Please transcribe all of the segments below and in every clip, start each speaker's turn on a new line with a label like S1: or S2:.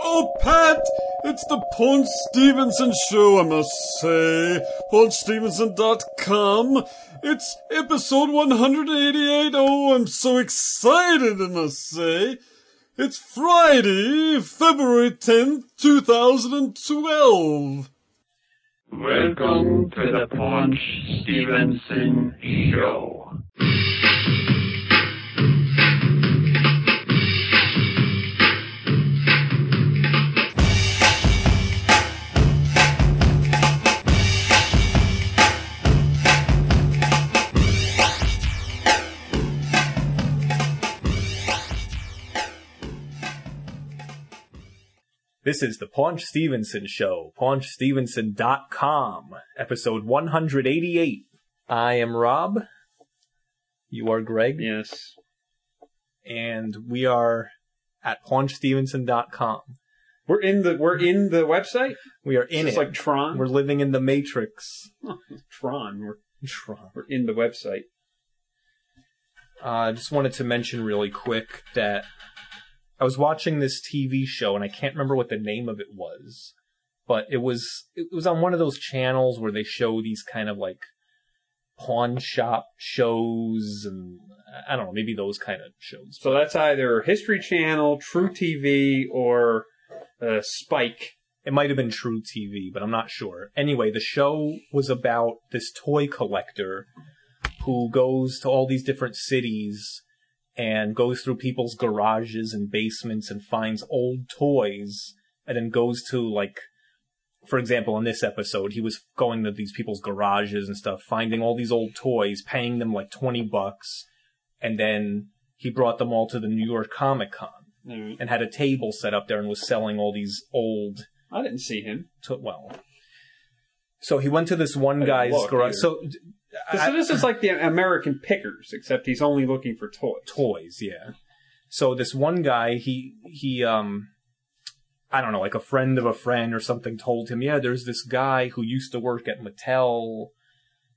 S1: Oh, Pat, it's the Paunch Stevenson show, I must say. PaunchStevenson.com. It's episode 188. Oh, I'm so excited, I must say. It's Friday, February 10th, 2012.
S2: Welcome to the Paunch Stevenson Show.
S3: This is the Paunch Stevenson Show, paunchstevenson.com, episode 188. I am Rob. You are Greg.
S2: Yes.
S3: And we are at paunchstevenson.com.
S4: We're in the we're in the website.
S3: We are in
S4: it's
S3: it.
S4: like Tron.
S3: We're living in the Matrix.
S4: Tron. We're,
S3: Tron.
S4: we're in the website.
S3: Uh, I just wanted to mention really quick that I was watching this TV show and I can't remember what the name of it was, but it was it was on one of those channels where they show these kind of like pawn shop shows and I don't know, maybe those kind of shows.
S4: So that's either History Channel, True TV, or uh, Spike.
S3: It might have been True TV, but I'm not sure. Anyway, the show was about this toy collector who goes to all these different cities and goes through people's garages and basements and finds old toys and then goes to like for example in this episode he was going to these people's garages and stuff finding all these old toys paying them like 20 bucks and then he brought them all to the New York Comic Con and had a table set up there and was selling all these old
S4: I didn't see him.
S3: to, well. So he went to this one
S4: I
S3: guy's
S4: looked
S3: garage.
S4: either.
S3: So
S4: So
S3: I-
S4: this is like the American Pickers, except he's only looking for toys.
S3: toys, yeah. So this one guy, he he um, I don't know, like a friend of a friend or something, told him, yeah, there's this guy who used to work at Mattel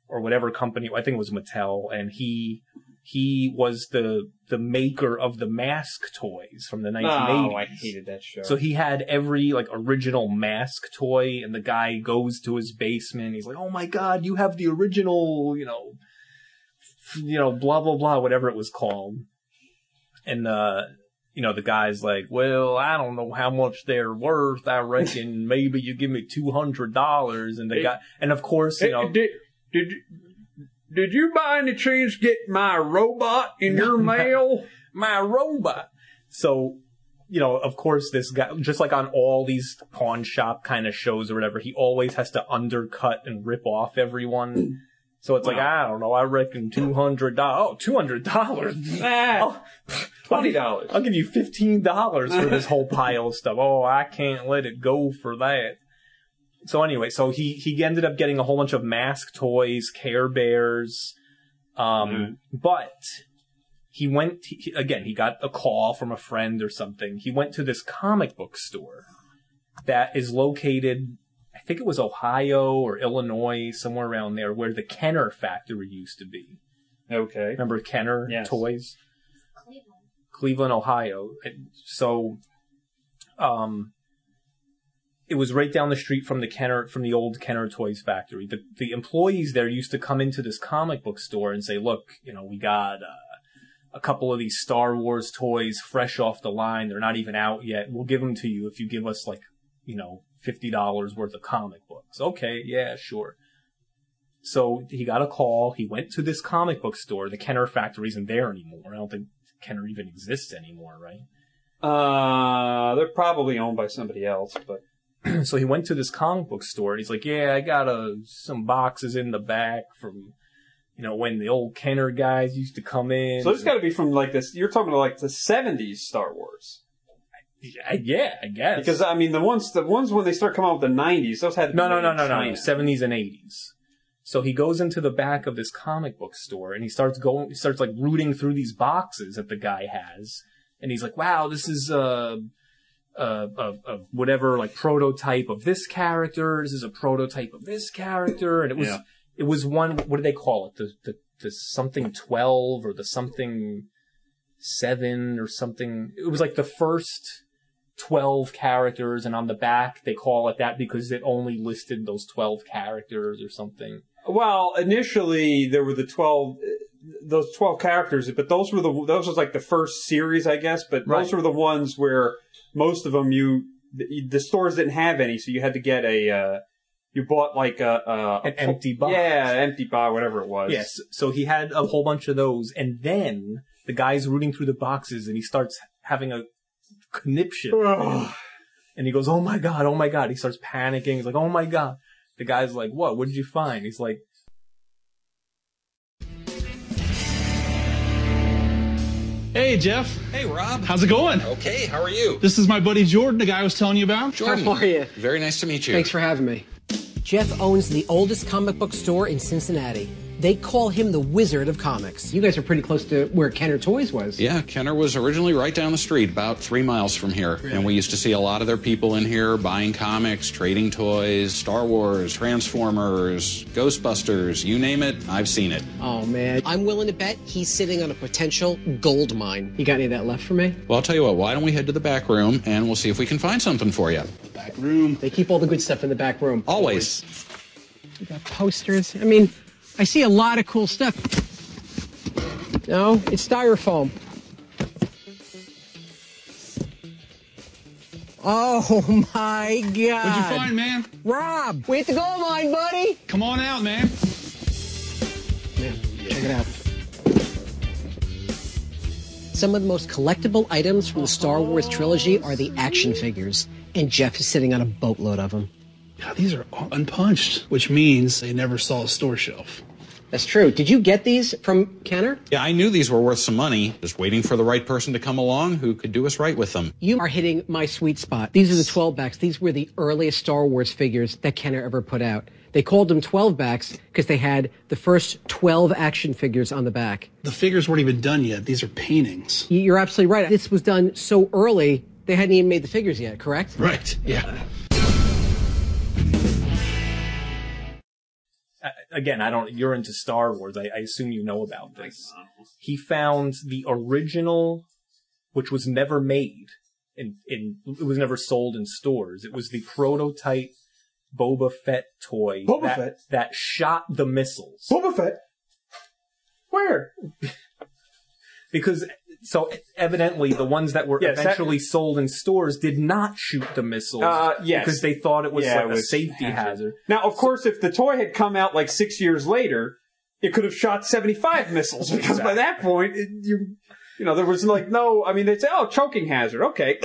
S3: or whatever company. I think it was Mattel, and he he was the the maker of the mask toys from the 1980s.
S4: Oh, I hated that show.
S3: So he had every like original mask toy, and the guy goes to his basement. He's like, "Oh my god, you have the original," you know, f- you know, blah blah blah, whatever it was called. And uh, you know, the guy's like, "Well, I don't know how much they're worth. I reckon maybe you give me two hundred dollars." And the
S4: Hey.
S3: guy, and of course,
S4: Hey,
S3: you know,
S4: did, did did you by any chance get my robot in your mail?
S3: my robot. So, you know, of course, this guy, just like on all these pawn shop kind of shows or whatever, he always has to undercut and rip off everyone. So it's like, I don't know, I reckon $200. Oh, $200.
S4: Ah,
S3: Oh,
S4: twenty dollars.
S3: I'll give you $15 for this whole pile of stuff. Oh, I can't let it go for that. So anyway, so he, he ended up getting a whole bunch of mask toys, Care Bears, um,
S4: Mm.
S3: but he went he, again. He got a call from a friend or something. He went to this comic book store that is located, I think it was Ohio or Illinois, somewhere around there, where the Kenner factory used to be.
S4: Okay.
S3: Remember Kenner
S4: Yes.
S3: toys? Cleveland, Ohio. And So, um, it was right down the street from the Kenner, from the old Kenner Toys factory. The the employees there used to come into this comic book store and say, "Look, you know, we got uh, a couple of these Star Wars toys fresh off the line. They're not even out yet. We'll give them to you if you give us like, you know, fifty dollars worth of comic books." Okay, yeah, sure. So he got a call. He went to this comic book store. The Kenner factory isn't there anymore. I don't think Kenner even exists anymore, right?
S4: Uh, they're probably owned by somebody else, but
S3: so he went to this comic book store and he's like, "Yeah, I got uh, some boxes in the back from, you know, when the old Kenner guys used to come in."
S4: so it's got to be from like this. You're talking like the '70s Star Wars,
S3: I- yeah, I guess
S4: because I mean the ones the ones when they start coming out with the '90s, those had to be
S3: no, no,
S4: made
S3: no,
S4: in
S3: no, no,
S4: China.
S3: seventies and eighties. So he goes into the back of this comic book store and he starts going, he starts like rooting through these boxes that the guy has, and he's like, "Wow, this is uh uh, uh, uh, whatever like prototype of this character. This is a prototype of this character, and it was
S4: Yeah.
S3: it was one. What do they call it? The the the something twelve or the something seven or something. It was like the first 12 characters and on the back they call it that because it only listed those 12 characters or something.
S5: Well, initially there were the twelve, those twelve characters, but those were the those was like the first series, I guess. But those
S3: Right.
S5: were the ones where most of them you the, the stores didn't have any, so you had to get a uh, you bought like a, a
S3: An empty box.
S5: yeah, an empty bar, whatever it was.
S3: Yes. So he had a whole bunch of those and then the guy's rooting through the boxes and he starts having a conniption.
S5: Ugh.
S3: And he goes, "Oh my god, oh my god!" He starts panicking. He's like, "Oh my god!" The guy's like, "What? What did you find?" He's like,
S6: Hey, Jeff.
S7: Hey, Rob.
S6: How's it going?
S7: Okay, how are you?
S6: This is my buddy Jordan, the guy I was telling you about.
S7: Jordan.
S8: How are you?
S7: Very nice to meet you.
S8: Thanks for having me.
S9: Jeff owns the oldest comic book store in Cincinnati. They call him the Wizard of Comics.
S8: You guys are pretty close to where Kenner Toys was.
S7: Yeah, Kenner was originally right down the street, about three miles from here. And we used to see a lot of their people in here buying comics, trading toys, Star Wars, Transformers, Ghostbusters, you name it, I've seen it.
S8: Oh man,
S9: I'm willing to bet he's sitting on a potential gold mine.
S8: you got any of that left for me?
S7: Well, I'll tell you what, why don't we head to the back room and we'll see if we can find something for you?
S8: Back room. They keep all the good stuff in the back room.
S7: Always.
S8: You got posters. I mean, I see a lot of cool stuff. No, it's styrofoam. Oh my god!
S6: What'd you find, man?
S8: Rob? We hit the gold mine, buddy.
S6: Come on out, man.
S8: Man, check it out.
S9: Some of the most collectible items from the Star Wars trilogy are the action figures, and Jeff is sitting on a boatload of them.
S6: God, these are all unpunched, which means they never saw a store shelf.
S8: That's true. Did you get these from Kenner?
S7: Yeah, I knew these were worth some money, just waiting for the right person to come along who could do us right with them.
S8: You are hitting my sweet spot. These are the 12 backs. These were the earliest Star Wars figures that Kenner ever put out. They called them 12 backs because they had the first 12 action figures on the back.
S6: The figures weren't even done yet. These are paintings.
S8: Y- You're absolutely right. This was done so early, they hadn't even made the figures yet, correct?
S6: Right, yeah.
S3: I- "Again, I don't. You're into Star Wars. I, I assume you know about this." He found the original, which was never made, and and it was never sold in stores. It was the prototype Boba Fett toy
S4: Boba
S3: that,
S4: Fett?
S3: that shot the missiles.
S4: Boba Fett. Where?
S3: because so evidently the ones that were
S4: Yes, that-
S3: eventually sold in stores did not shoot the missiles
S4: Uh, yes.
S3: because they thought it was
S4: Yeah,
S3: like
S4: it
S3: a
S4: was
S3: safety hazard.
S4: Now, of course, if the toy had come out like six years later, it could have shot seventy-five missiles because by that point, it, you you know there was like no. I mean, they say, "Oh, choking hazard." Okay,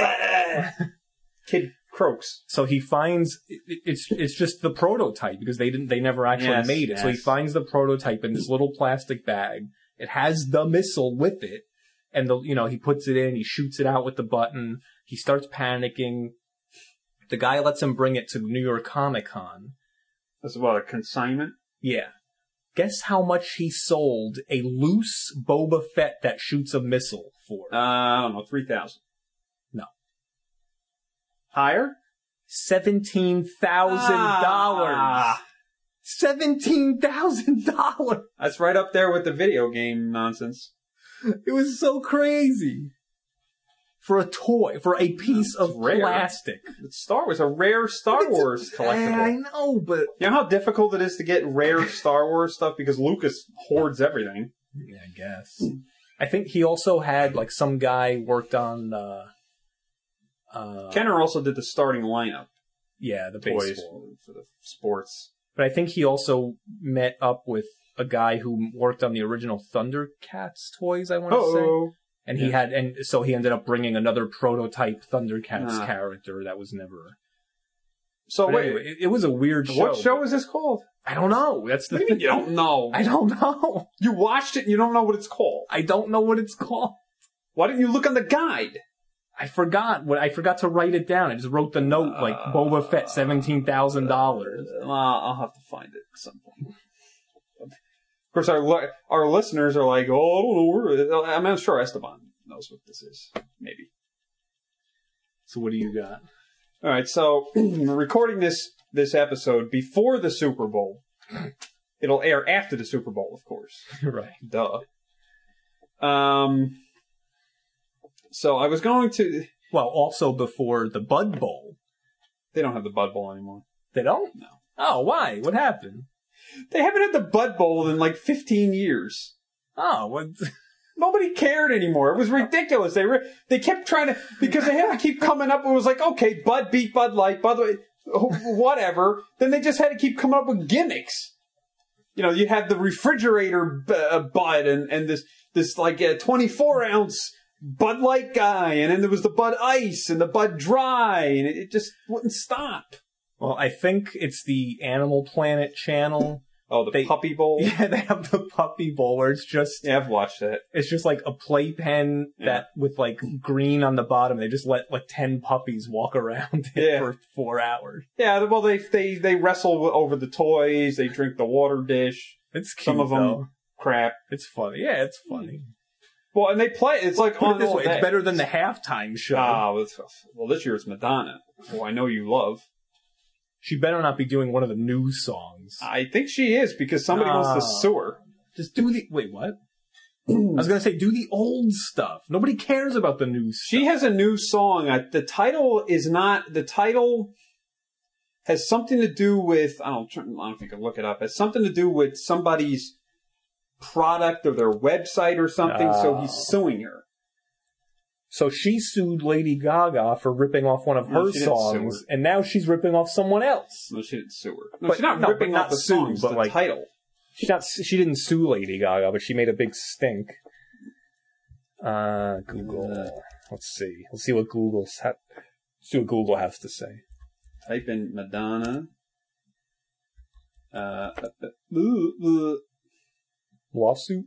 S4: kid croaks.
S3: So he finds it- it- it's it's just the prototype because they didn't they never actually
S4: Yes,
S3: made it. So he
S4: yes.
S3: finds the prototype in this little plastic bag. It has the missile with it, and the you know he puts it in. He shoots it out with the button. He starts panicking. The guy lets him bring it to New York Comic Con.
S4: That's about a consignment.
S3: Yeah. Guess how much he sold a loose Boba Fett that shoots a missile for?
S4: Uh, I don't know, three thousand.
S3: No.
S4: higher.
S3: Seventeen thousand dollars.
S4: Ah.
S3: Seventeen thousand dollars.
S4: That's right up there with the video game nonsense.
S3: It was so crazy. For a toy, for a piece of
S4: rare.
S3: plastic.
S4: It's Star Wars, a rare Star Wars
S3: I
S4: collectible.
S3: know, but
S4: You know how difficult it is to get rare Star Wars stuff because Lucas hoards everything.
S3: Yeah, I guess. I think he also had like some guy worked on uh uh
S4: Kenner also did the starting lineup
S3: yeah, the
S4: toys
S3: baseball.
S4: for the sports.
S3: But I think he also met up with a guy who worked on the original Thundercats toys. I want to say,
S4: Oh,
S3: and he had, and so he ended up bringing another prototype Thundercats
S4: Ah.
S3: character that was never.
S4: so
S3: But
S4: wait,
S3: anyway, it, it was a weird Oh, show.
S4: what show is this called?
S3: I don't know. That's the
S4: What do you
S3: thing.
S4: mean you don't know?
S3: I don't know.
S4: You watched it, and you don't know what it's called.
S3: I don't know what it's called.
S4: Why didn't you look on the guide?
S3: I forgot what I forgot to write it down. I just wrote the note like
S4: Uh,
S3: Boba Fett seventeen thousand dollars.
S4: Well, I'll have to find it at some point. Of course, our li- our listeners are like, oh, I don't know where. I mean, I'm sure Esteban knows what this is. Maybe.
S3: So what do you got?
S4: All right, so we're recording this this episode before the Super Bowl. It'll air after the Super Bowl, of course.
S3: right.
S4: Duh. Um. So I was going to.
S3: Well, also before the Bud Bowl.
S4: They don't have the Bud Bowl anymore.
S3: They don't? No. Oh, why? What happened?
S4: They haven't had the Bud Bowl in like 15 years.
S3: Oh, what?
S4: Nobody cared anymore. It was ridiculous. They re- they kept trying to because they had to keep coming up. It was like okay, Bud beat Bud Light, Bud Light, whatever. Then they just had to keep coming up with gimmicks. You know, you had the refrigerator uh, Bud and and this this like uh, 24 ounce Bud Light guy, and then there was the Bud Ice and the Bud Dry, and it, it just wouldn't stop.
S3: Well, I think it's the Animal Planet channel.
S4: Oh, the
S3: They-
S4: Puppy Bowl.
S3: Yeah, they have the puppy bowl where it's just
S4: Yeah, I've watched that.
S3: it's just like a playpen that with like green on the bottom. They just let like ten puppies walk around it
S4: Yeah.
S3: for four hours.
S4: Yeah, well, they they they wrestle over the toys. They drink the water dish.
S3: It's cute.
S4: Some of them
S3: though.
S4: crap.
S3: It's funny. Yeah, it's funny.
S4: Well, and they play. It's like
S3: Put
S4: on
S3: it this
S4: all
S3: way,
S4: Hmm. day.
S3: it's better than the halftime show.
S4: Ah, well, it's- well, this year it's Madonna, who I know you love.
S3: she better not be doing one of the new songs.
S4: I think she is because somebody wants to
S3: Ah.
S4: sue her.
S3: Just do the wait, what? I was gonna say do the old stuff. Nobody cares about the new stuff.
S4: She has a new song. Uh, The title is not the title. Has something to do with I don't, I don't know if you can look it up. Has something to do with somebody's product or their website or something. So
S3: Ah.
S4: he's suing her.
S3: So she sued Lady Gaga for ripping off one of
S4: No,
S3: her
S4: she didn't sue
S3: songs,
S4: her.
S3: and now she's ripping off someone else.
S4: No, she didn't sue her. No,
S3: But-
S4: she's not
S3: no,
S4: ripping
S3: but
S4: off
S3: not
S4: the
S3: sued,
S4: songs.
S3: but
S4: the
S3: like-
S4: title.
S3: She not she didn't sue Lady Gaga, but she made a big stink. Uh, Google. Let's see. Let's see what Google's ha- let's see what Google has to say.
S4: Type in Madonna. Uh, uh, uh, uh,
S3: Lawsuit.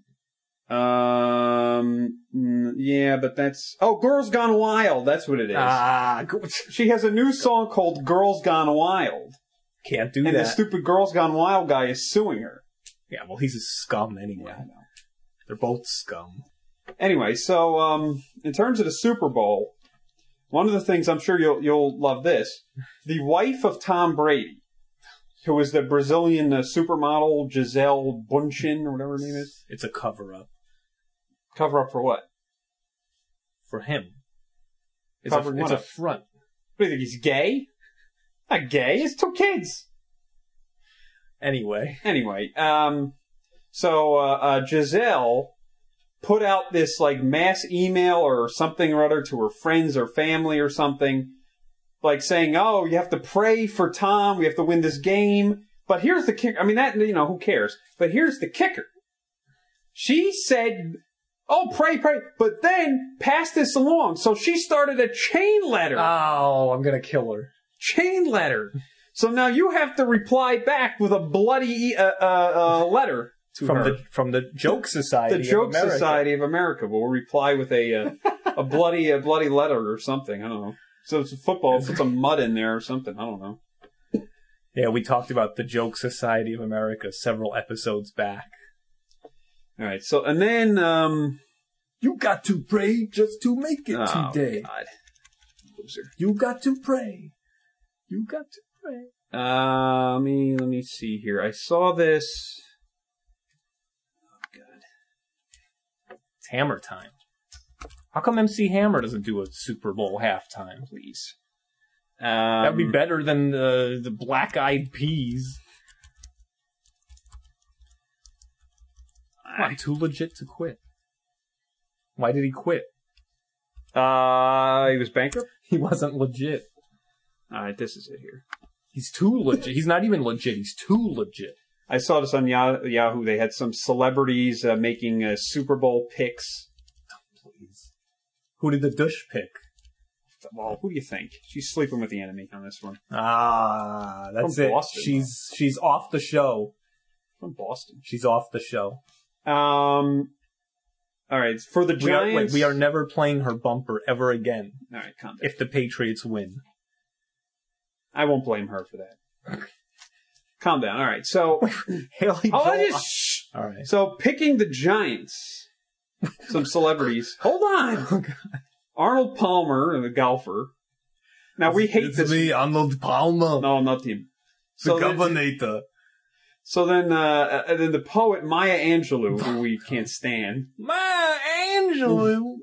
S4: uh, um, mm, yeah, but that's oh, Girls Gone Wild. That's what it is.
S3: Ah, go-
S4: she has a new song called "Girls Gone Wild,"
S3: can't do
S4: and
S3: that.
S4: the stupid Girls Gone Wild guy is suing her.
S3: yeah, well, he's a scum anyway.
S4: Yeah, I know.
S3: They're both scum.
S4: Anyway, so um, in terms of the Super Bowl, one of the things I'm sure you'll you'll love this: the wife of Tom Brady, who is the Brazilian uh, supermodel Giselle Bundchen or whatever her name is,
S3: It's a cover up
S4: cover up for what?
S3: for him. It's, a,
S4: Covered
S3: it's
S4: one
S3: a
S4: up.
S3: front.
S4: What do you think? He's gay? Not gay. He's two kids.
S3: Anyway,
S4: Anyway, um, so uh, uh, Giselle put out this like mass email or something or other to her friends or family or something, like saying, "Oh, you have to pray for Tom. We have to win this game." But here's the kicker. I mean, that you know who cares? But here's the kicker. She said, "Oh, pray, pray," but then passed this along. So she started a chain letter
S3: oh, I'm gonna kill her.
S4: chain letter. So now you have to reply back with a bloody uh, uh, uh, letter to
S3: from
S4: her.
S3: the from the Joke Society.
S4: The
S3: of
S4: Joke
S3: America.
S4: Society of America will reply with a uh, a bloody a bloody letter or something. I don't know. So it's football. Put some mud in there or something. I don't know.
S3: Yeah, we talked about the Joke Society of America several episodes back.
S4: All right. So and then um,
S3: You got to pray just to make it
S4: oh,
S3: today.
S4: God. Loser.
S3: You got to pray. You got to pray.
S4: Uh, let me let me see here. I saw this.
S3: It's Hammer time. How come MC Hammer doesn't do a Super Bowl halftime?
S4: Please. Um,
S3: That'd be better than the the Black Eyed Peas. I'm too legit to quit. Why did he quit?
S4: Uh, he was bankrupt.
S3: He wasn't legit.
S4: All right. This is it here.
S3: He's too legit. He's not even legit. He's too legit.
S4: I saw this on Ya- Yahoo. They had some celebrities uh, making uh, Super Bowl picks.
S3: Please. Who did the douche pick?
S4: Well, who do you think? She's sleeping with the enemy on this one.
S3: Ah, that's
S4: From
S3: it.
S4: Boston,
S3: she's she's off the show.
S4: From Boston.
S3: She's off the show.
S4: Um. All right, for the
S3: We are,
S4: Giants.
S3: wait, we are never playing her bumper ever again
S4: All right, calm down.
S3: if the Patriots win.
S4: I won't blame her for that. calm down. All right, so
S3: Haley
S4: oh, I
S3: Joel-
S4: just shh.
S3: All right.
S4: so picking the Giants. Some celebrities. Hold on. Arnold Palmer, the golfer. Now we hate this.
S3: Arnold Palmer,
S4: No, not him. So then-
S3: governor.
S4: So then, uh, and then the poet Maya Angelou, who we can't stand,
S3: My angel.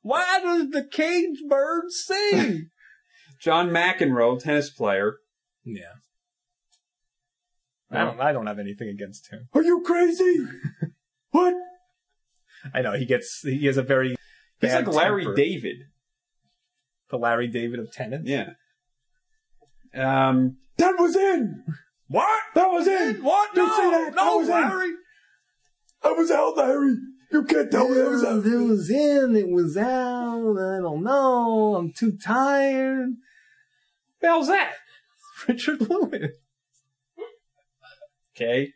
S3: Why does the cage bird sing?
S4: John McEnroe, tennis player.
S3: yeah. I don't. I don't have anything against him.
S4: Are you crazy? what?
S3: I know he gets. He has a very.
S4: He's
S3: bad
S4: like Larry
S3: temper.
S4: David.
S3: the Larry David of Tenant.
S4: Yeah. Um, that was in.
S3: What?
S4: That was in.
S3: What?
S4: You
S3: No,
S4: see that?
S3: no,
S4: I was in.
S3: Larry.
S4: I was out, Larry. You can't tell me I was out.
S3: it was in. It was out. I don't know. I'm too tired.
S4: the hell's that?
S3: Richard Lewis.
S4: Okay.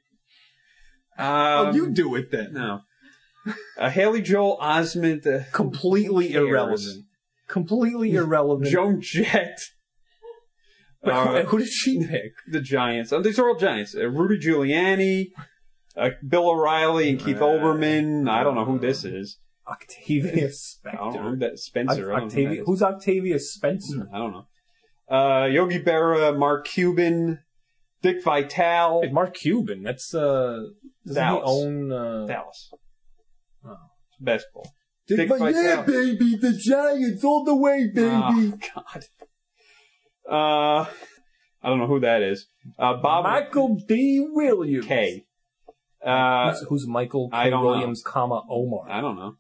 S4: Um,
S3: oh, you do it then.
S4: no. Uh, Haley Joel Osment, uh,
S3: Completely
S4: Who cares?
S3: irrelevant. Completely irrelevant.
S4: Joan Jett,
S3: Wait,
S4: uh,
S3: who did she pick?
S4: the Giants. Oh, these are all Giants. Uh, Rudy Giuliani, uh, Bill O'Reilly, and Keith
S3: Uh,
S4: Olbermann. I don't know who this is.
S3: Octavia
S4: I don't know.
S3: Spencer.
S4: who That Spencer. I don't know who that
S3: Octavia.
S4: is.
S3: Who's Octavia Spencer?
S4: I don't know. Uh, Yogi Berra, Mark Cuban, Dick Vitale,
S3: Hey, Mark Cuban. That's uh. Does he
S4: Dallas.
S3: own uh,
S4: Dallas.
S3: Oh.
S4: Basketball.
S3: Dick
S4: Vitale.
S3: Yeah, baby, the Giants all the way, baby.
S1: Ah.
S4: Oh, God. Uh, I don't know who that is. Uh, Bob
S3: Michael D. Williams.
S4: K. Uh,
S3: who's, who's Michael K.
S4: I don't know.
S3: Williams, comma Omar?
S4: I don't know.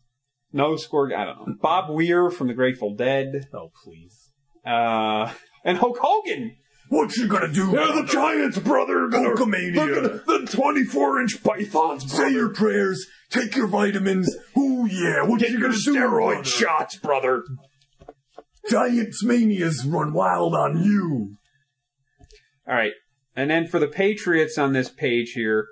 S4: No scored. I don't know. Bob Weir from the Grateful Dead.
S3: Oh please.
S4: Uh, and Hulk Hogan.
S3: What you gonna do?
S1: They're the Giants, brother. They're
S3: Hulkamania.
S1: The 24 inch pythons. Say your prayers. Take your vitamins. Oh, yeah. What you gonna do? Steroid shots, brother. Giants manias run wild on you.
S4: All right. And then for the Patriots on this page here,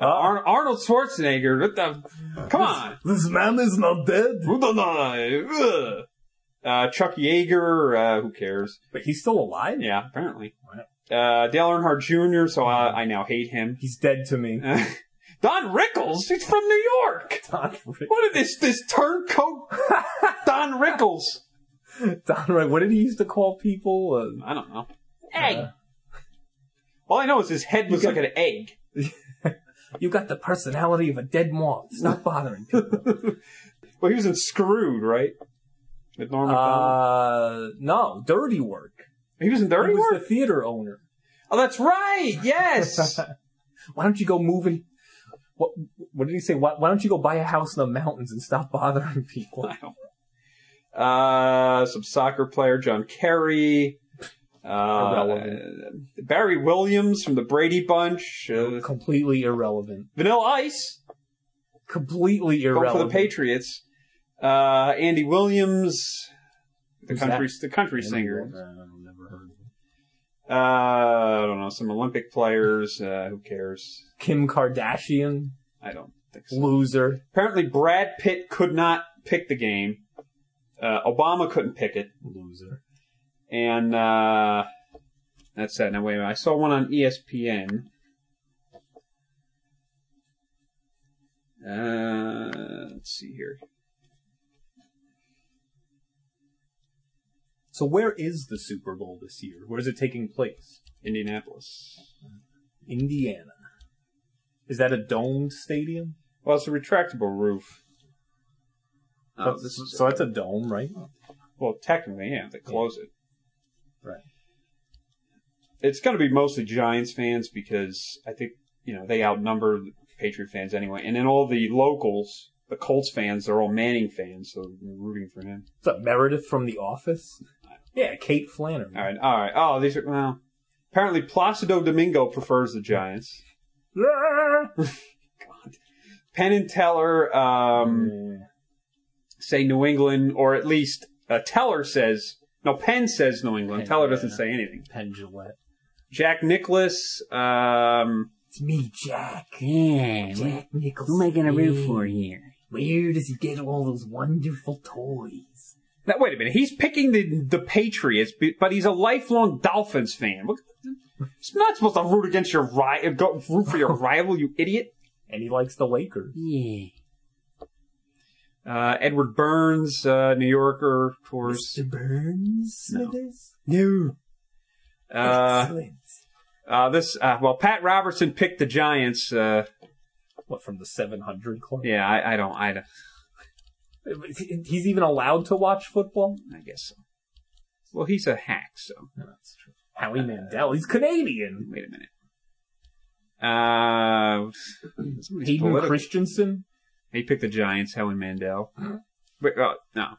S4: uh, Ar- Arnold Schwarzenegger. What the? Come on.
S1: This man is not dead.
S4: Ugh. Uh, Chuck Yeager. Uh, who cares?
S3: But he's still alive.
S4: Yeah, apparently. Uh, Dale Earnhardt Jr., so I, I now hate him.
S3: He's dead to me.
S4: Don Rickles, he's from New York.
S3: Don Rick.
S4: What is this, this turncoat Don Rickles?
S3: Don Rick. What did he used to call people?
S4: I don't know.
S3: Uh, egg.
S4: All I know is his head was
S3: You
S4: like
S3: got-
S4: an egg.
S3: You got the personality of a dead moth. Stop bothering people.
S4: Well, he was in Screwed, right? With Norman.
S3: uh, no, dirty work.
S4: he was in Dirty
S3: he was
S4: Work.
S3: the theater owner.
S4: oh, that's right. Yes.
S3: Why don't you go move and what? What did he say? Why, why don't you go buy a house in the mountains and stop bothering people?
S4: uh, some soccer player, John Kerry. Uh,
S3: Irrelevant.
S4: Barry Williams from the Brady Bunch. Uh,
S3: Completely irrelevant.
S4: Vanilla Ice.
S3: Completely
S4: Going
S3: irrelevant.
S4: for the Patriots. Uh, Andy Williams, the
S3: Who's
S4: country, the country
S3: Andy Williams,
S4: singer.
S3: I don't know, never heard of him.
S4: Uh, I don't know some Olympic players. Uh, who cares?
S3: Kim Kardashian,
S4: I don't think so.
S3: loser.
S4: Apparently, Brad Pitt could not pick the game. Uh, Obama couldn't pick it,
S3: Loser.
S4: and uh, that's that. Now wait a minute. I saw one on E ESPN. Uh, let's see here.
S3: So where is the Super Bowl this year? Where is it taking place?
S4: Indianapolis.
S3: Indiana. Is that a domed stadium?
S4: Well, it's a retractable roof. Oh,
S3: That's-
S4: this is,
S3: so that's a dome, right?
S4: well, technically, yeah, they close it.
S3: Right.
S4: It's going to be mostly Giants fans because I think you know they outnumber the Patriot fans anyway, and then all the locals, the Colts fans, they're all Manning fans, so we're rooting for him.
S3: What's up, Meredith from The Office? Yeah, Kate Flannery.
S4: All right, all right. Oh, these are well. Apparently, Placido Domingo prefers the Giants.
S3: Ah!
S4: Penn and Teller um,
S3: Yeah.
S4: say New England, or at least uh, Teller says no. Penn says New England.
S3: Penn,
S4: Teller doesn't
S3: yeah.
S4: say anything.
S3: Penn Jillette.
S4: Jack Nicholas. Um,
S3: It's me, Jack.
S10: Yeah,
S3: Jack Nicholson.
S10: who am I gonna root for here?
S3: Where does he get all those wonderful toys?
S4: now, wait a minute. He's picking the the Patriots, b- but he's a lifelong Dolphins fan. What- You're not supposed to root against your rival. Go root for your rival, you idiot.
S3: And he likes the Lakers.
S10: Yeah,
S4: Uh, Edward Burns, uh, New Yorker, of course.
S3: Mr. Burns
S4: No.
S3: Smithers?
S4: No. Uh,
S3: Excellent.
S4: uh, this uh, well, Pat Robertson picked the Giants. Uh,
S3: What, from the 700 Club?
S4: yeah, I, I don't, I don't.
S3: He's even allowed to watch football.
S4: I guess so. Well, he's a hack, so.
S3: No, that's true. Howie Mandel. He's Canadian.
S4: Wait a minute. Uh, somebody's
S3: Hayden
S4: political-
S3: Christensen.
S4: He picked the Giants, Helen Mandel. Wait, oh, no.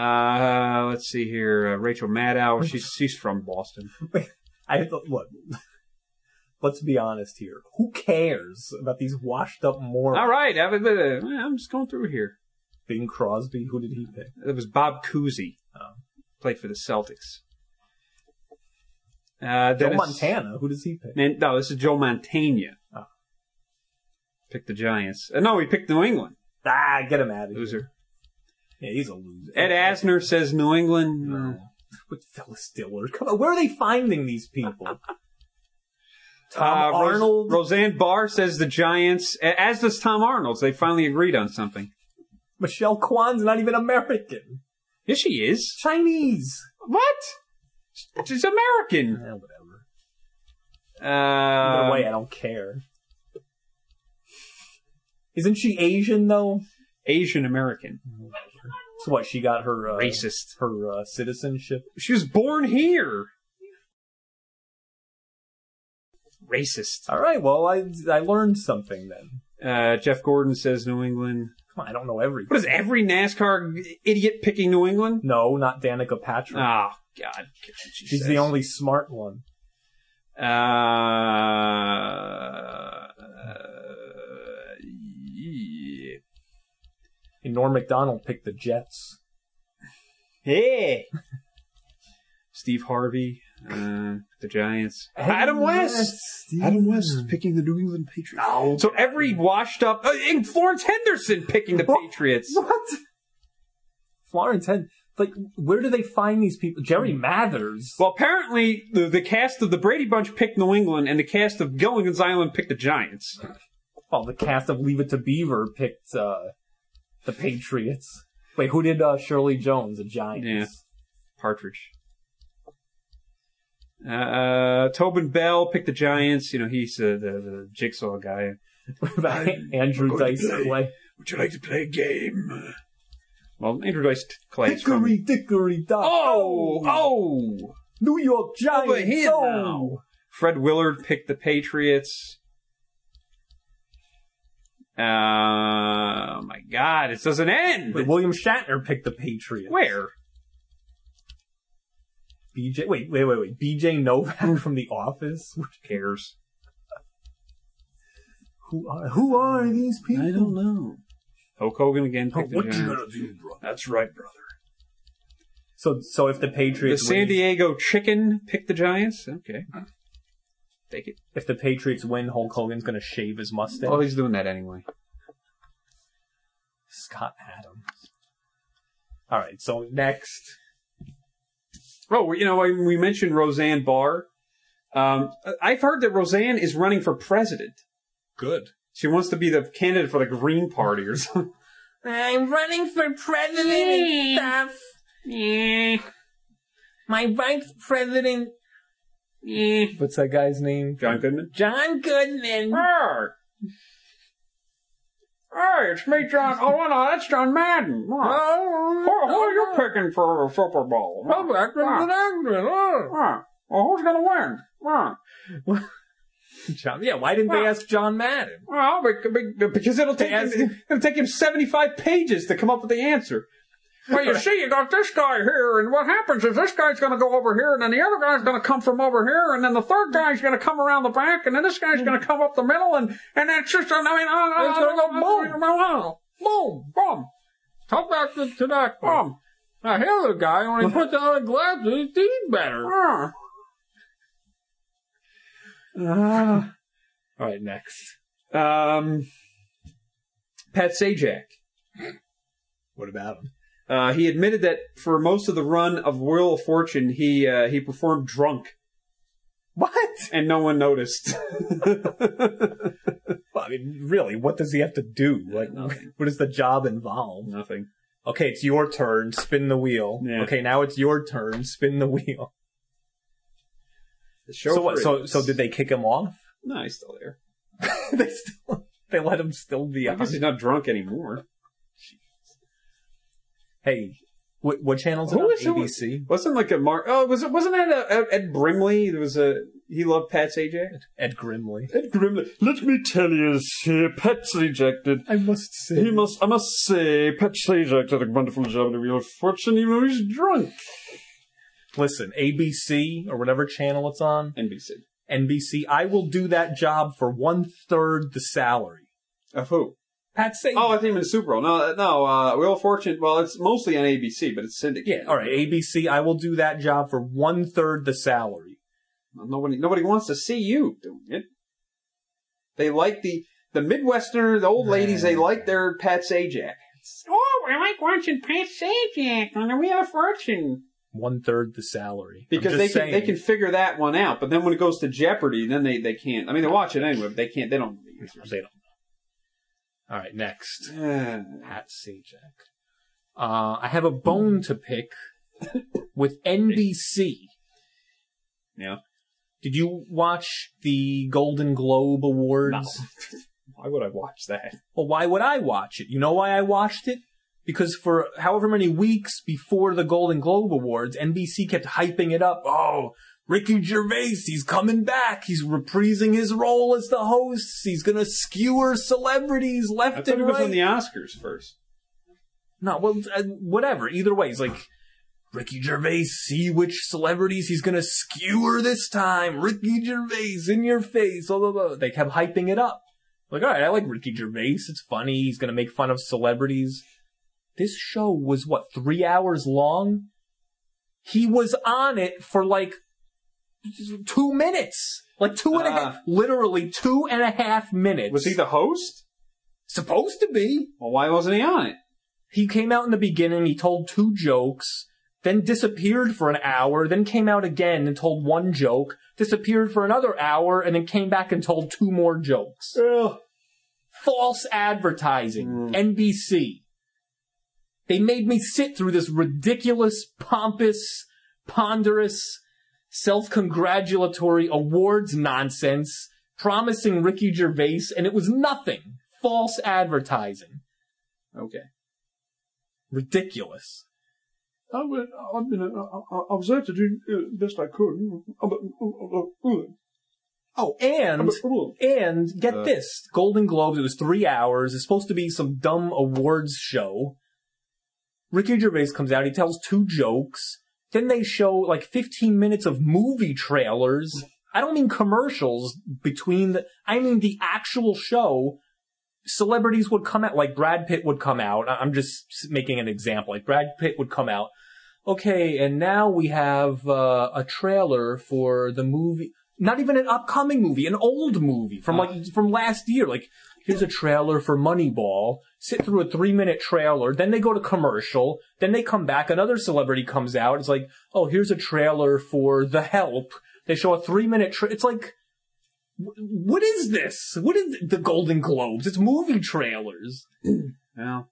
S4: Uh, let's see here. Uh, Rachel Maddow. She's she's from Boston.
S3: I have to look. Let's be honest here. Who cares about these washed up morons?
S4: All right, I, am just going through here.
S3: Bing Crosby. Who did he pick?
S4: It was Bob Cousy.
S3: Oh.
S4: Played for the Celtics. Uh,
S3: Joe
S4: Dennis-
S3: Montana. Who does he pick?
S4: Man, no, this is Joe Montana.
S3: Oh.
S4: Picked the Giants. Uh, no, he picked New England.
S3: Ah, get him out of here.
S4: Loser.
S3: Yeah, he's a loser. Um,
S4: Ed Asner says New England. Uh,
S3: No. With Phyllis Diller. Come on, where are they finding these people? Tom
S4: Uh, Ros-
S3: Arnold.
S4: Roseanne Barr says the Giants, a- as does Tom Arnold. They finally agreed on something.
S3: Michelle Kwan's not even American.
S4: Yes, she is.
S3: Chinese.
S4: What? She's
S3: Eh,
S4: American.
S3: whatever. Either way, I
S4: Uh,
S3: don't care. Isn't she Asian though?
S4: Asian American.
S3: So what? She got her uh,
S4: Racist.
S3: her uh, citizenship.
S4: She was born here. Racist.
S3: All right. Well, I I learned something then.
S4: Uh, Jeff Gordon says New England.
S3: Come on, I don't know everything.
S4: What is every NASCAR idiot picking New England?
S3: No, not Danica Patrick.
S4: Oh, God. She
S3: She's
S4: says.
S3: the only smart one.
S4: Uh, yeah.
S3: And Norm Macdonald picked the Jets.
S4: Hey. Steve Harvey, uh, the Giants. Adam West.
S3: Adam
S5: West is picking the New England Patriots.
S4: So every washed up, uh, and Florence Henderson picking the
S3: What?
S4: Patriots.
S3: What? Florence Hen. Like, where do they find these people? Jerry Mathers.
S4: Hmm. Well, apparently the, the cast of the Brady Bunch picked New England, and the cast of Gilligan's Island picked the Giants.
S3: Well, the cast of Leave It to Beaver picked uh, the Patriots. Wait, who did uh, Shirley Jones? The Giants.
S4: Yeah. Partridge. Uh, uh, Tobin Bell picked the Giants. You know, he's uh, the, the jigsaw guy.
S3: What about Andrew
S1: I'm going
S3: Dice
S1: to play.
S3: Clay?
S1: Would you like to play a game?
S4: Well, introduced Clay. is from-
S3: Hickory dickory dock.
S4: Oh! Oh!
S3: New York Giants.
S4: Over here
S3: oh.
S4: now. Fred Willard picked the Patriots. Uh, oh my God, it doesn't end.
S3: Wait, William Shatner picked the Patriots.
S4: Where?
S3: BJ. Wait, wait, wait, wait. BJ Novak from The Office. Who cares? Who are who are these people?
S4: know. Hulk Hogan again
S1: Oh,
S4: picked the Giants.
S1: do, bro?
S4: That's right, brother.
S3: So, so if the
S4: The
S3: Patriots
S4: San
S3: win,
S4: Diego Chicken picked the Giants. Okay, take it.
S3: if the Patriots win, Hulk Hogan's going to shave his mustache.
S4: Oh, he's doing that anyway.
S3: Scott Adams. All right. So next,
S4: Oh, you know, I- we mentioned Roseanne Barr. Um, I've heard that Roseanne is running for president.
S5: Good.
S4: She wants to be the candidate for the Green Party or something.
S10: I'm running for president and stuff. My vice president,
S3: what's that guy's name?
S4: John Goodman.
S10: John Goodman.
S4: Hey! Hey, it's me, John. Oh, no, that's John Madden. Huh.
S10: Oh,
S4: Who, who are you picking for the Super Bowl? Huh. Huh. Huh. Well, who's going to win? Huh.
S3: John, yeah. Why didn't they ask John Madden?
S4: Well, bec- bec- because it'll take, him, it'll take him 75 pages to come up with the answer. Well, you see, you got this guy here, and what happens is this guy's going to go over here, and then the other guy's going to come from over here, and then the third guy's going to come around the back, and then this guy's going to come up the middle, and and that's just, I mean, uh,
S3: It's gonna go
S4: boom, boom, boom. Talk back to, to that boom. Now, here's the guy, when he puts on a glasses, he sees better. Ah.
S3: All right. Next.
S4: Um, Pat Sajak.
S3: What about him?
S4: Uh, he admitted that for most of the run of Wheel of Fortune, he uh, he performed drunk,
S3: What?
S4: and no one noticed.
S3: Well, I mean, really, what does he have to do? Like, what does the job involve?
S4: Nothing.
S3: Okay, it's your turn. Spin the wheel.
S4: Yeah.
S3: Okay, now it's your turn. Spin the wheel.
S4: The show
S3: So what? So so did they kick him off?
S4: No, he's still there.
S3: they still they let him still be
S4: I
S3: on.
S4: guess he's not drunk anymore.
S3: Hey, what, what channel's it
S4: Who
S3: on?
S4: was it?
S3: ABC?
S4: Wasn't like a Mark? Oh, was it? Wasn't that a, a- Ed Brimley? There was a he loved Pat Sajak.
S3: Ed Grimley.
S4: Ed Brimley. Let me tell you, sir, Pat Sajak did.
S3: I must say.
S4: He must. I must say, Pat Sajak did a wonderful job in Wheel of Fortune, even though he's drunk.
S3: Listen, ABC or whatever channel it's on,
S4: NBC.
S3: NBC, I will do that job for one third the salary.
S4: Of who?
S3: Pat Sajak.
S4: Oh, I think it's Super Bowl. No, no. Uh, Wheel of Fortune. Well, it's mostly on ABC, but it's syndicated.
S3: yeah, all right, ABC, I will do that job for one third the salary.
S4: Well, Nobody, nobody wants to see you doing it. They like the the Midwesterner, the old ladies. They like their Pat Sajak. Oh, I like watching Pat Sajak on the Wheel of Fortune
S3: One third the salary. I'm
S4: because
S3: just
S4: they can
S3: saying.
S4: they can figure that one out. But then when it goes to Jeopardy, then they they can't. I mean, they watch it anyway. But they can't. They don't. know the
S3: No,
S4: answers.
S3: They don't know. All right, next.
S4: Uh,
S3: Pat Sajak. Uh, I have a bone to pick with NBC.
S4: Yeah.
S3: Did you watch the Golden Globe Awards?
S4: no. Why would I watch that?
S3: Well, why would I watch it? You know why I watched it? Because for however many weeks before the Golden Globe Awards, NBC kept hyping it up. Oh, Ricky Gervais, he's coming back. He's reprising his role as the host. He's gonna skewer celebrities
S4: I
S3: left
S4: thought it
S3: and
S4: was
S3: right.
S4: on the Oscars first.
S3: No, well, uh, whatever. Either way, he's like, Ricky Gervais, see which celebrities he's gonna skewer this time. Ricky Gervais in your face. Blah, blah, blah. They kept hyping it up. Like, all right, I like Ricky Gervais. It's funny. He's gonna make fun of celebrities. This show was what three hours long. He was on it for like two minutes, like two and a half,
S4: Ah.
S3: literally two and a half minutes.
S4: Was he the host?
S3: supposed to be?
S4: Well, why wasn't he on it?
S3: he came out in the beginning, he told two jokes, then disappeared for an hour, then came out again and told one joke, disappeared for another hour, and then came back and told two more jokes. False advertising. NBC. They made me sit through this ridiculous, pompous, ponderous, self-congratulatory awards nonsense promising Ricky Gervais, and it was nothing. False advertising
S4: Okay.
S3: ridiculous.
S1: I, went, I mean, I, I, I was there to do uh, best I
S11: Oh,
S1: could. Uh, but, uh, uh, uh,
S3: Oh, and and get
S4: Uh.
S3: this, Golden Globes. It was three hours. It's supposed to be some dumb awards show. Ricky Gervais comes out. He tells two jokes. Then they show like 15 minutes of movie trailers. I don't mean commercials between the. I mean the actual show. Celebrities would come out, like Brad Pitt would come out. I- I'm just s- making an example. Like Brad Pitt would come out. Okay, and now we have uh, a trailer for the movie. Not even an upcoming movie, an old movie from like from last year. Like here's a trailer for Moneyball. Sit through a three minute trailer, then they go to commercial, then they come back. Another celebrity comes out. It's like, oh, here's a trailer for The Help. They show a three minute. Tra- it's like, wh- what is this? What is the Golden Globes? It's movie trailers.
S4: Well,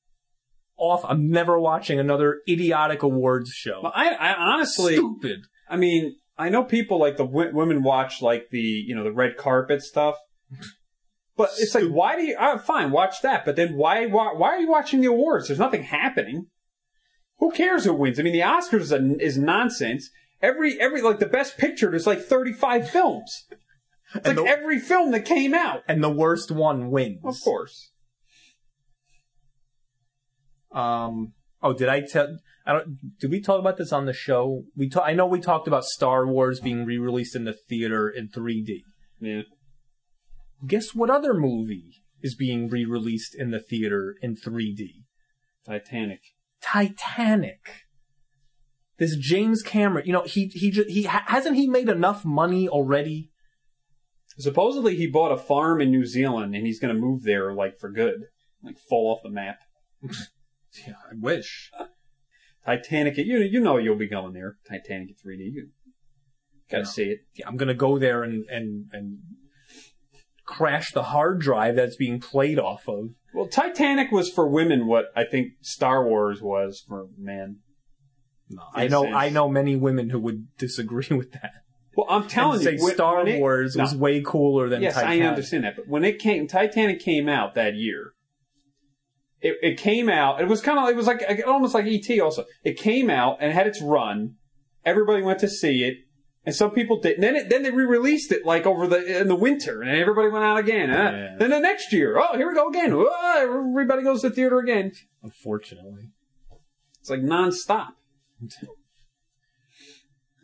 S3: Off. I'm never watching another idiotic awards show.
S4: Well, I, I honestly,
S3: Stupid.
S4: I mean, I know people like the w- women watch like the you know the red carpet stuff, but it's like why do you? Uh, fine, watch that, but then why, why why are you watching the awards? There's nothing happening. Who cares who wins? I mean, the Oscars is, a, is nonsense. Every every like the best picture there's like 35 films. It's like
S3: And the-
S4: every film that came out.
S3: and the worst one wins.
S4: Of course.
S3: Um. Oh, did I tell? I don't. Did we talk about this on the show? We ta- I know we talked about Star Wars being re-released in the theater in 3D.
S4: Yeah.
S3: Guess what other movie is being re-released in the theater in 3D?
S4: Titanic.
S3: Titanic. This James Cameron. You know, he he ju- he ha- hasn't he made enough money already?
S4: Supposedly he bought a farm in New Zealand and he's going to move there like for good, like fall off the map.
S3: Yeah, I wish.
S4: Titanic, you you know you'll be going there. Titanic in 3D, you gotta see it.
S3: yeah, I'm gonna go there and and and crash the hard drive that's being played off of.
S4: Well, Titanic was for women what I think Star Wars was for men.
S3: I
S4: Yes,
S3: know
S4: yes.
S3: I know many women who would disagree with that.
S4: Well, I'm telling
S3: and
S4: you,
S3: say
S4: when-
S3: Star
S4: when it-
S3: Wars
S4: No.
S3: was way cooler than
S4: yes,
S3: Titanic.
S4: I understand that, but when it came, Titanic came out that year. It, it came out. It was kind of. It was like almost like ET. Also, it came out and had its run. Everybody went to see it, and some people didn't. Then it, then they re-released it like over the in the winter, and everybody went out again. huh?
S3: Yeah.
S4: Then the next year, oh here we go again. Oh, everybody goes to the theater again.
S3: Unfortunately.
S4: It's like nonstop.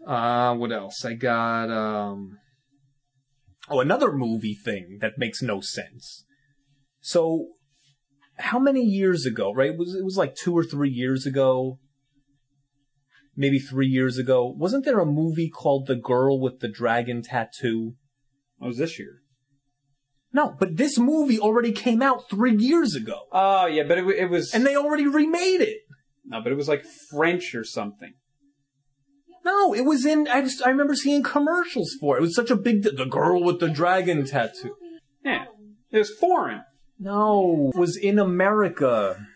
S3: Uh, what else? I got um. Oh, another movie thing that makes no sense. So, how many years ago? Right? It was it was like two or three years ago? Maybe three years ago. Wasn't there a movie called The Girl with the Dragon Tattoo?
S4: What was this year?
S3: No, but this movie already came out three years ago,
S4: Oh yeah, but it, wa- it was
S3: and they already remade it.
S4: no, but it was like French or something.
S3: No, it was in. I, just, I remember seeing commercials for it. It was such a big. The girl with the dragon tattoo.
S4: Yeah, it was foreign.
S3: No, it was in America.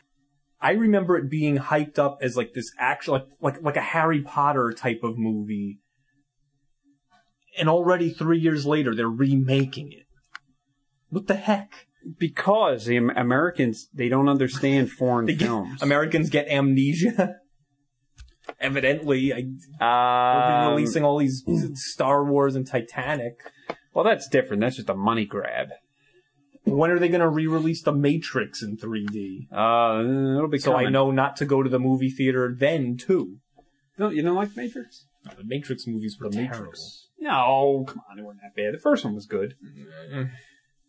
S3: I remember it being hyped up as like this actual, like like, like a Harry Potter type of movie. And already three years later, they're remaking it. What the heck?
S4: Because the Am- Americans they don't understand foreign
S3: They get,
S4: films.
S3: Americans get amnesia. Evidently, I, they're
S4: Um,
S3: releasing all these Star Wars and Titanic.
S4: well, that's different. That's just a money grab.
S3: When are they going to re-release The Matrix in 3D?
S4: Uh, it'll be
S3: So I
S4: coming.
S3: know not to go to the movie theater then too.
S4: No, you don't like Matrix?
S3: No, the Matrix movies were
S4: The
S3: terrible.
S4: Matrix. No, come on, they weren't that bad. The first one was good.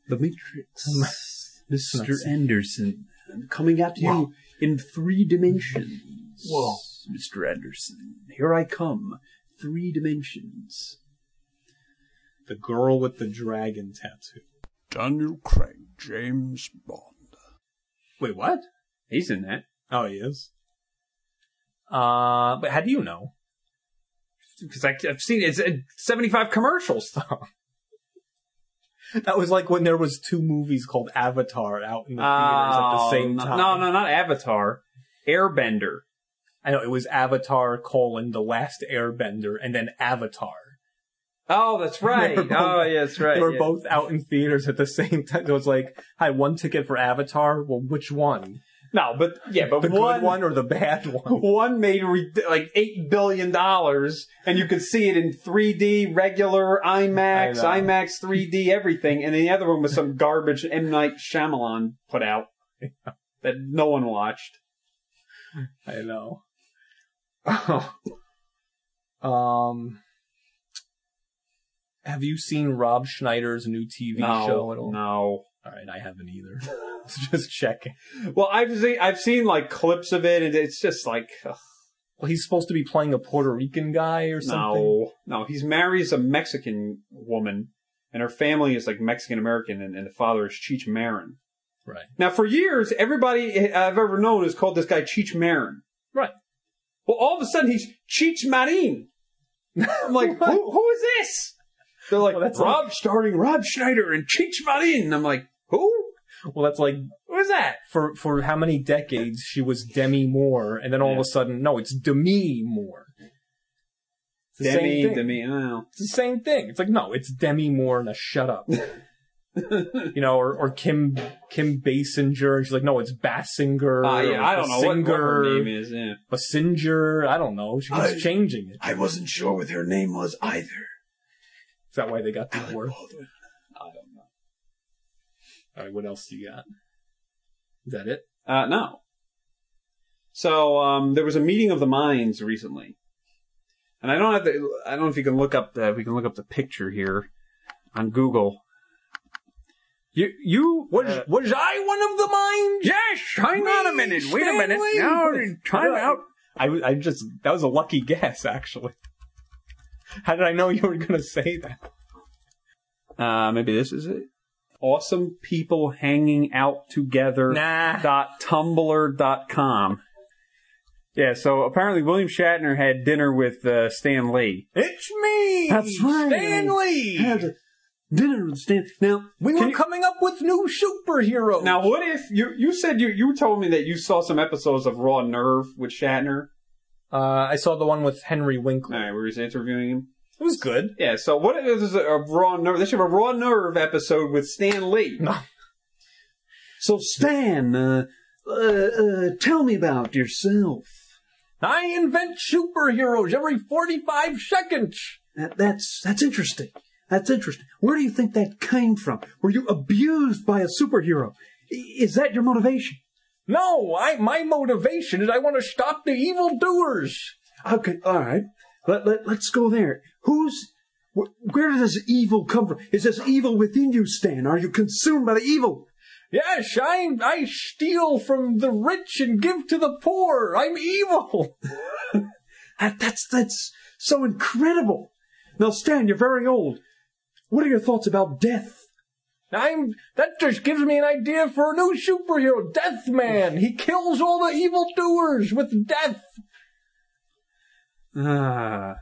S4: The Matrix, Mr. Anderson, coming at you in three dimensions.
S3: Whoa.
S4: Mr. Anderson, here I come, three dimensions.
S3: The girl with the dragon tattoo.
S1: Daniel Craig, James Bond.
S3: Wait, what?
S4: He's in that
S3: Oh, he is. Uh, but how do you know?
S4: because I've seen it's uh, seventy-five commercials.
S3: That was like when there was two movies called Avatar out in the theaters at the
S4: Oh,
S3: same
S4: no-
S3: time.
S4: No, no, not Avatar. Airbender.
S3: I know it was Avatar colon The Last Airbender and then Avatar.
S4: Oh, that's right.
S3: They were both-
S4: oh, yeah, that's right.
S3: They were
S4: yeah.
S3: both out in theaters at the same time. So it's like, hi, one ticket for Avatar. Well, which one?
S4: no, but yeah, but
S3: The
S4: one,
S3: good one or the bad one?
S4: one made re- like eight billion dollars, and you could see it in 3D, regular IMAX,
S3: I know.
S4: IMAX 3D, everything, and the other one was some garbage M Night Shyamalan put out that no one watched.
S3: I know. Oh, um, have you seen Rob Schneider's new TV show at all?
S4: no.
S3: All right, I haven't either. It's just checking.
S4: Well, I've seen I've seen like clips of it, and it's just like ugh,
S3: Well, he's supposed to be playing a Puerto Rican guy or something.
S4: no, no. He's marries a Mexican woman, and her family is like Mexican American, and, and the father is Cheech Marin.
S3: Right.
S4: Now, for years, everybody I've ever known has called this guy Cheech Marin.
S3: Right.
S4: Well, all of a sudden, he's Cheech Marin. I'm like, who, who is this? They're like,
S3: Well, that's
S4: Rob starting Rob Schneider and Cheech Marin. And I'm like, who?
S3: Well, that's like
S4: Who's that?
S3: for for how many decades she was Demi Moore, and then all of
S4: Yeah.
S3: a sudden, no, it's Demi Moore. It's the
S4: Demi,
S3: same thing.
S4: Demi. Oh.
S3: It's the same thing. It's like no, it's Demi Moore. Now shut up. you know, or, or Kim Kim Basinger. And she's like, no, it's Bassinger.
S4: Ah, yeah,
S3: or
S4: I don't know what, what her
S3: Basinger,
S4: name is. Yeah.
S3: Basinger. I don't know. She keeps
S12: I-
S3: changing it.
S12: I wasn't sure what her name was either.
S3: Is that why they got the
S12: Alec
S3: word?
S12: Baldwin.
S3: All right, what else do you got? Is that it?
S4: Uh, no. So um, there was a meeting of the minds recently, and I don't have the. I don't know if you can look up the. We can look up the picture here on Google. You you
S3: Was was I one of the minds?
S4: Yes, hang on a minute. Wait a minute. Now, time out.
S3: I w- I just that was a lucky guess actually. How did I know you were going to say that?
S4: Uh, maybe this is it. Awesome people hanging out together.
S3: Nah.
S4: Dot Tumblr dot com. Yeah, so apparently William Shatner had dinner with uh, Stan Lee.
S3: It's me.
S4: That's right.
S3: Stanley.
S4: Dinner with Stan. Now
S3: We
S4: can
S3: were
S4: you-
S3: coming up with new superheroes.
S4: Now, what if you you said you you told me that you saw some episodes of Raw Nerve with Shatner?
S3: uh, I saw the one with Henry
S4: All
S3: Winkler.
S4: right, we were interviewing him.
S3: It was good.
S4: Yeah. So what if this is a, a Raw Nerve? They should have a Raw Nerve episode with Stan Lee.
S3: No.
S4: So Stan, uh,
S11: Uh, uh, tell me about yourself.
S3: I invent superheroes every 45 seconds.
S11: That, that's that's interesting. That's interesting. Where do you think that came from? Were you abused by a superhero? I- Is that your motivation?
S3: No, I my motivation is I want to stop the evildoers.
S11: Okay, all right. Let, let, let's go there. Who's. Wh- where does evil come from? Is this evil within you, Stan? Are you consumed by the evil?
S3: Yes, I I steal from the rich and give to the poor. I'm evil.
S11: That, that's, that's so incredible. Now, Stan, you're very old. What are your thoughts about death?
S3: I'm that just gives me an idea for a new superhero, Death Man. He kills all the evildoers with death.
S4: Ah.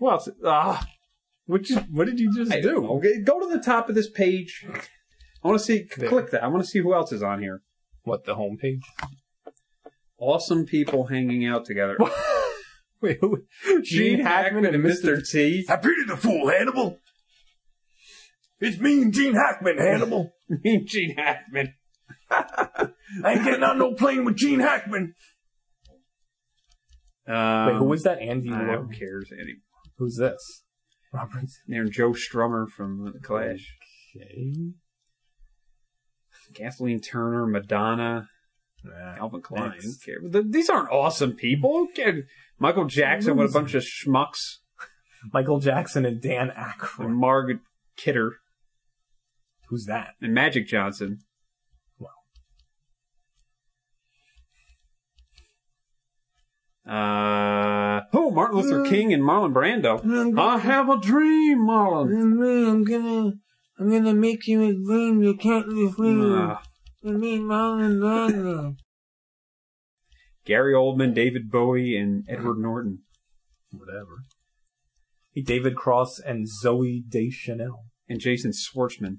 S4: Well, it's- ah.
S3: What you, what did you just
S4: I
S3: do?
S4: don't know. Okay, Go to the top of this page. I want to see. Click that. I want to see who else is on here.
S3: What the homepage?
S4: Awesome people hanging out together.
S3: Wait, who?
S4: Gene Hackman and Mr. T.
S1: I pity the fool, Hannibal. It's me and Gene Hackman, Hannibal.
S4: Mean Gene Hackman.
S1: I ain't getting on no plane with Gene Hackman.
S4: Um,
S3: Wait, who was that? Andy
S4: I
S3: Lo-
S4: don't cares anymore.
S3: Who's this? Roberts.
S4: Named Joe Strummer from The Clash.
S3: Okay.
S4: Kathleen Turner, Madonna,
S3: Nah.
S4: Alvin Klein.
S3: Thanks.
S4: Who cares? Th- These aren't awesome people. Who cares? Michael Jackson with a bunch of schmucks.
S3: Michael Jackson and Dan
S4: And
S3: Aykroyd.
S4: Margaret Kidder.
S3: Who's that?
S4: And Magic Johnson. Uh, oh, Martin
S10: Mm.
S4: Luther King and Marlon Brando. I have a dream, Marlon.
S10: Mm, I'm gonna, I'm gonna make you a dream you can't refuse.
S4: Uh,
S10: I mean, Marlon Brando.
S4: Gary Oldman, David Bowie, and Edward Norton.
S3: Whatever. David Cross and Zoe Deschanel.
S4: And Jason Schwartzman.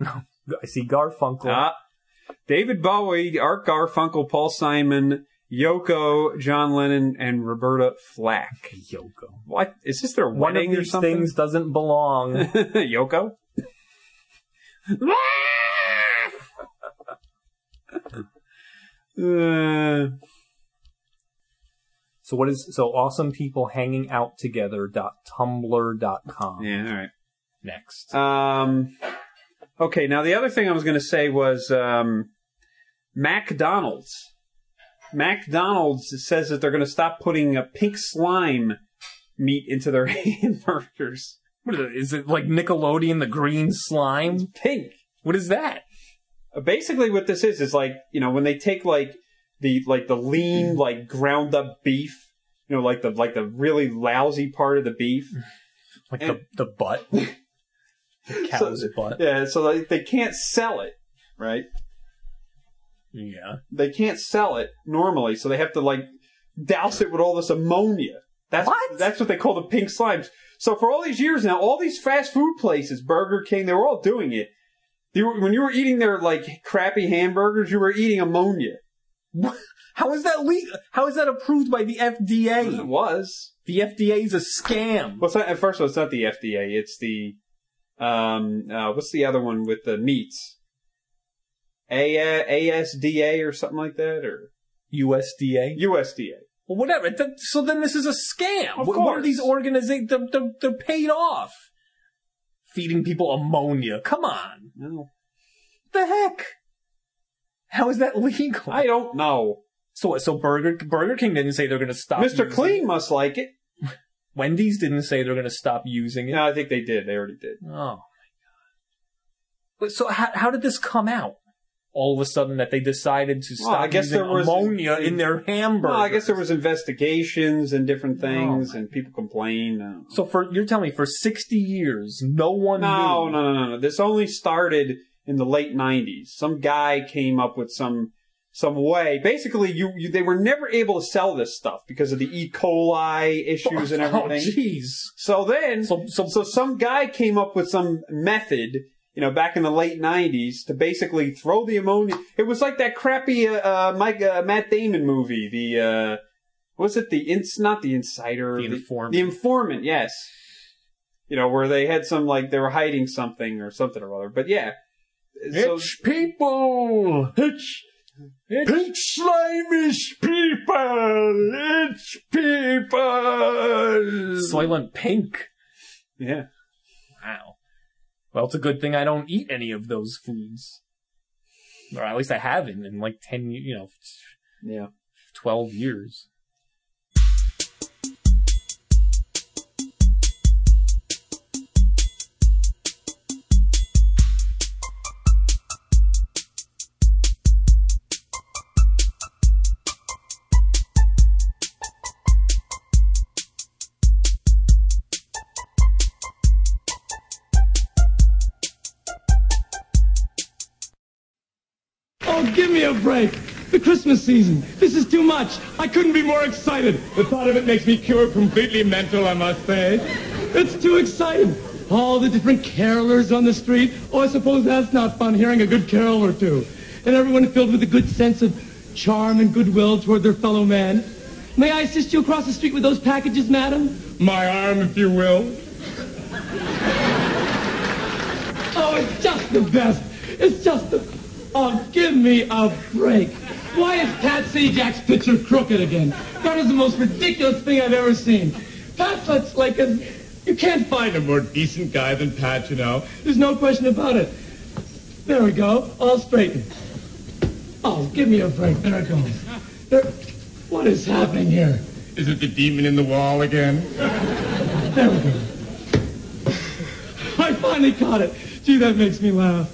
S3: I see Garfunkel.
S4: Ah, David Bowie, Art Garfunkel, Paul Simon, Yoko, John Lennon, and Roberta Flack.
S3: Yoko.
S4: What is this? Their
S3: One
S4: wedding
S3: of
S4: or
S3: these
S4: something?
S3: things doesn't belong.
S4: Yoko. Uh,
S3: so what is so awesome people hanging out together dot tumblr dot com
S4: yeah,
S3: next.
S4: all right. Um, okay, now the other thing I was going to say was um, McDonald's. McDonald's says that they're going to stop putting a pink slime meat into their hamburgers.
S3: What is it? Is it like Nickelodeon the green slime?
S4: Pink.
S3: What is that?
S4: basically what this is is like you know when they take like the like the lean like ground up beef you know like the like the really lousy part of the beef
S3: Like
S4: And-
S3: the, the butt. The cow's butt.
S4: yeah so like, they can't sell it right
S3: Yeah.
S4: they can't sell it normally so they have to like douse it with all this ammonia that's
S3: What?
S4: that's what they call the pink slimes so for all these years now all these fast food places burger king they were all doing it they were, when you were eating their like crappy hamburgers you were eating ammonia
S3: How is that legal? How is that approved by the
S4: it
S3: FDA?
S4: was
S3: The FDA is a scam.
S4: Well, it's not, first of all, it's not the FDA. It's the um, uh, what's the other one with the meats? A ASDA or something like that, or
S3: USDA.
S4: USDA.
S3: Well, whatever. Th- so then this is a scam.
S4: Of
S3: What, what are
S4: course.
S3: these organizations? They're, they're, they're paid off. Feeding people ammonia. Come on.
S4: No,
S3: the heck? How is that legal?
S4: I don't know.
S3: so what? So Burger Burger King didn't say they're going to stop.
S4: Mr.
S3: using-
S4: Clean must like it.
S3: Wendy's didn't say they're going to stop using it.
S4: No, I think they did. They already did.
S3: Oh my god. But So how, how did this come out? All of a sudden that they decided to stop
S4: Well, I guess
S3: using
S4: there was-
S3: ammonia in their hamburger.
S4: Well, I guess there was investigations and different things, and people complained. uh,
S3: So for you're telling me for 60 years no one
S4: No,
S3: knew.
S4: no, no, no, no. This only started in the late '90s. Some guy came up with some some way. Basically, you, you they were never able to sell this stuff because of the E. coli issues and everything.
S3: Oh jeez.
S4: so then,
S3: So-
S4: so,
S3: so-
S4: some guy came up with some method. You know, back in the late '90s, to basically throw the ammonia. It was like that crappy uh, uh, Mike uh, Matt Damon movie. The uh, was it the ins? Not the insider.
S3: The Informant.
S4: The informant. Yes. You know where they had some like they were hiding something or something or other. But yeah, so,
S3: it's people.
S4: Hitch.
S1: It's, slimish people. It's people.
S3: Soylent Pink.
S4: Yeah.
S3: Wow. Well, it's a good thing I don't eat any of those foods. Or at least I haven't in like 10, you know,
S4: Yeah.
S3: 12 years.
S13: Oh, give me a break. The Christmas season. This is too much. I couldn't be more excited. The thought of it makes me cure completely mental, I must say. It's too exciting. All the different carolers on the street. Oh, I suppose that's not fun, hearing a good carol or two. And everyone filled with a good sense of charm and goodwill toward their fellow man. May I assist you across the street with those packages, madam? My arm, if you will. Oh, it's just the best. It's just the... Oh, give me a break. Why is Pat Sajak's picture crooked again? That is the most ridiculous thing I've ever seen. Pat's such like a... You can't find a more decent guy than Pat, you know. There's no question about it. There we go. All straightened. Oh, give me a break. There it goes. There... What is happening here? Is it the demon in the wall again? There we go. I finally caught it. Gee, that makes me laugh.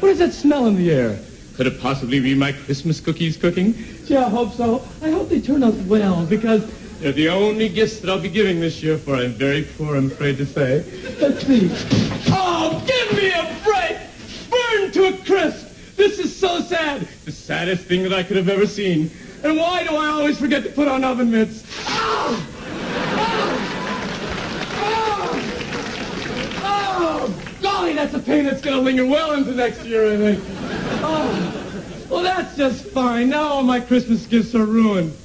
S13: What is that smell in the air? Could it possibly be my Christmas cookies cooking? Yeah, I hope so. I hope they turn out well because they're the only gifts that I'll be giving this year, for I'm very poor, I'm afraid to say. But please. Oh, give me a break! Burn to a crisp! This is so sad. The saddest thing that I could have ever seen. And why do I always forget to put on oven mitts? Ah! Oh, golly, that's a pain that's going to linger well into next year, I think. Oh, well, that's just fine. Now all my Christmas gifts are ruined.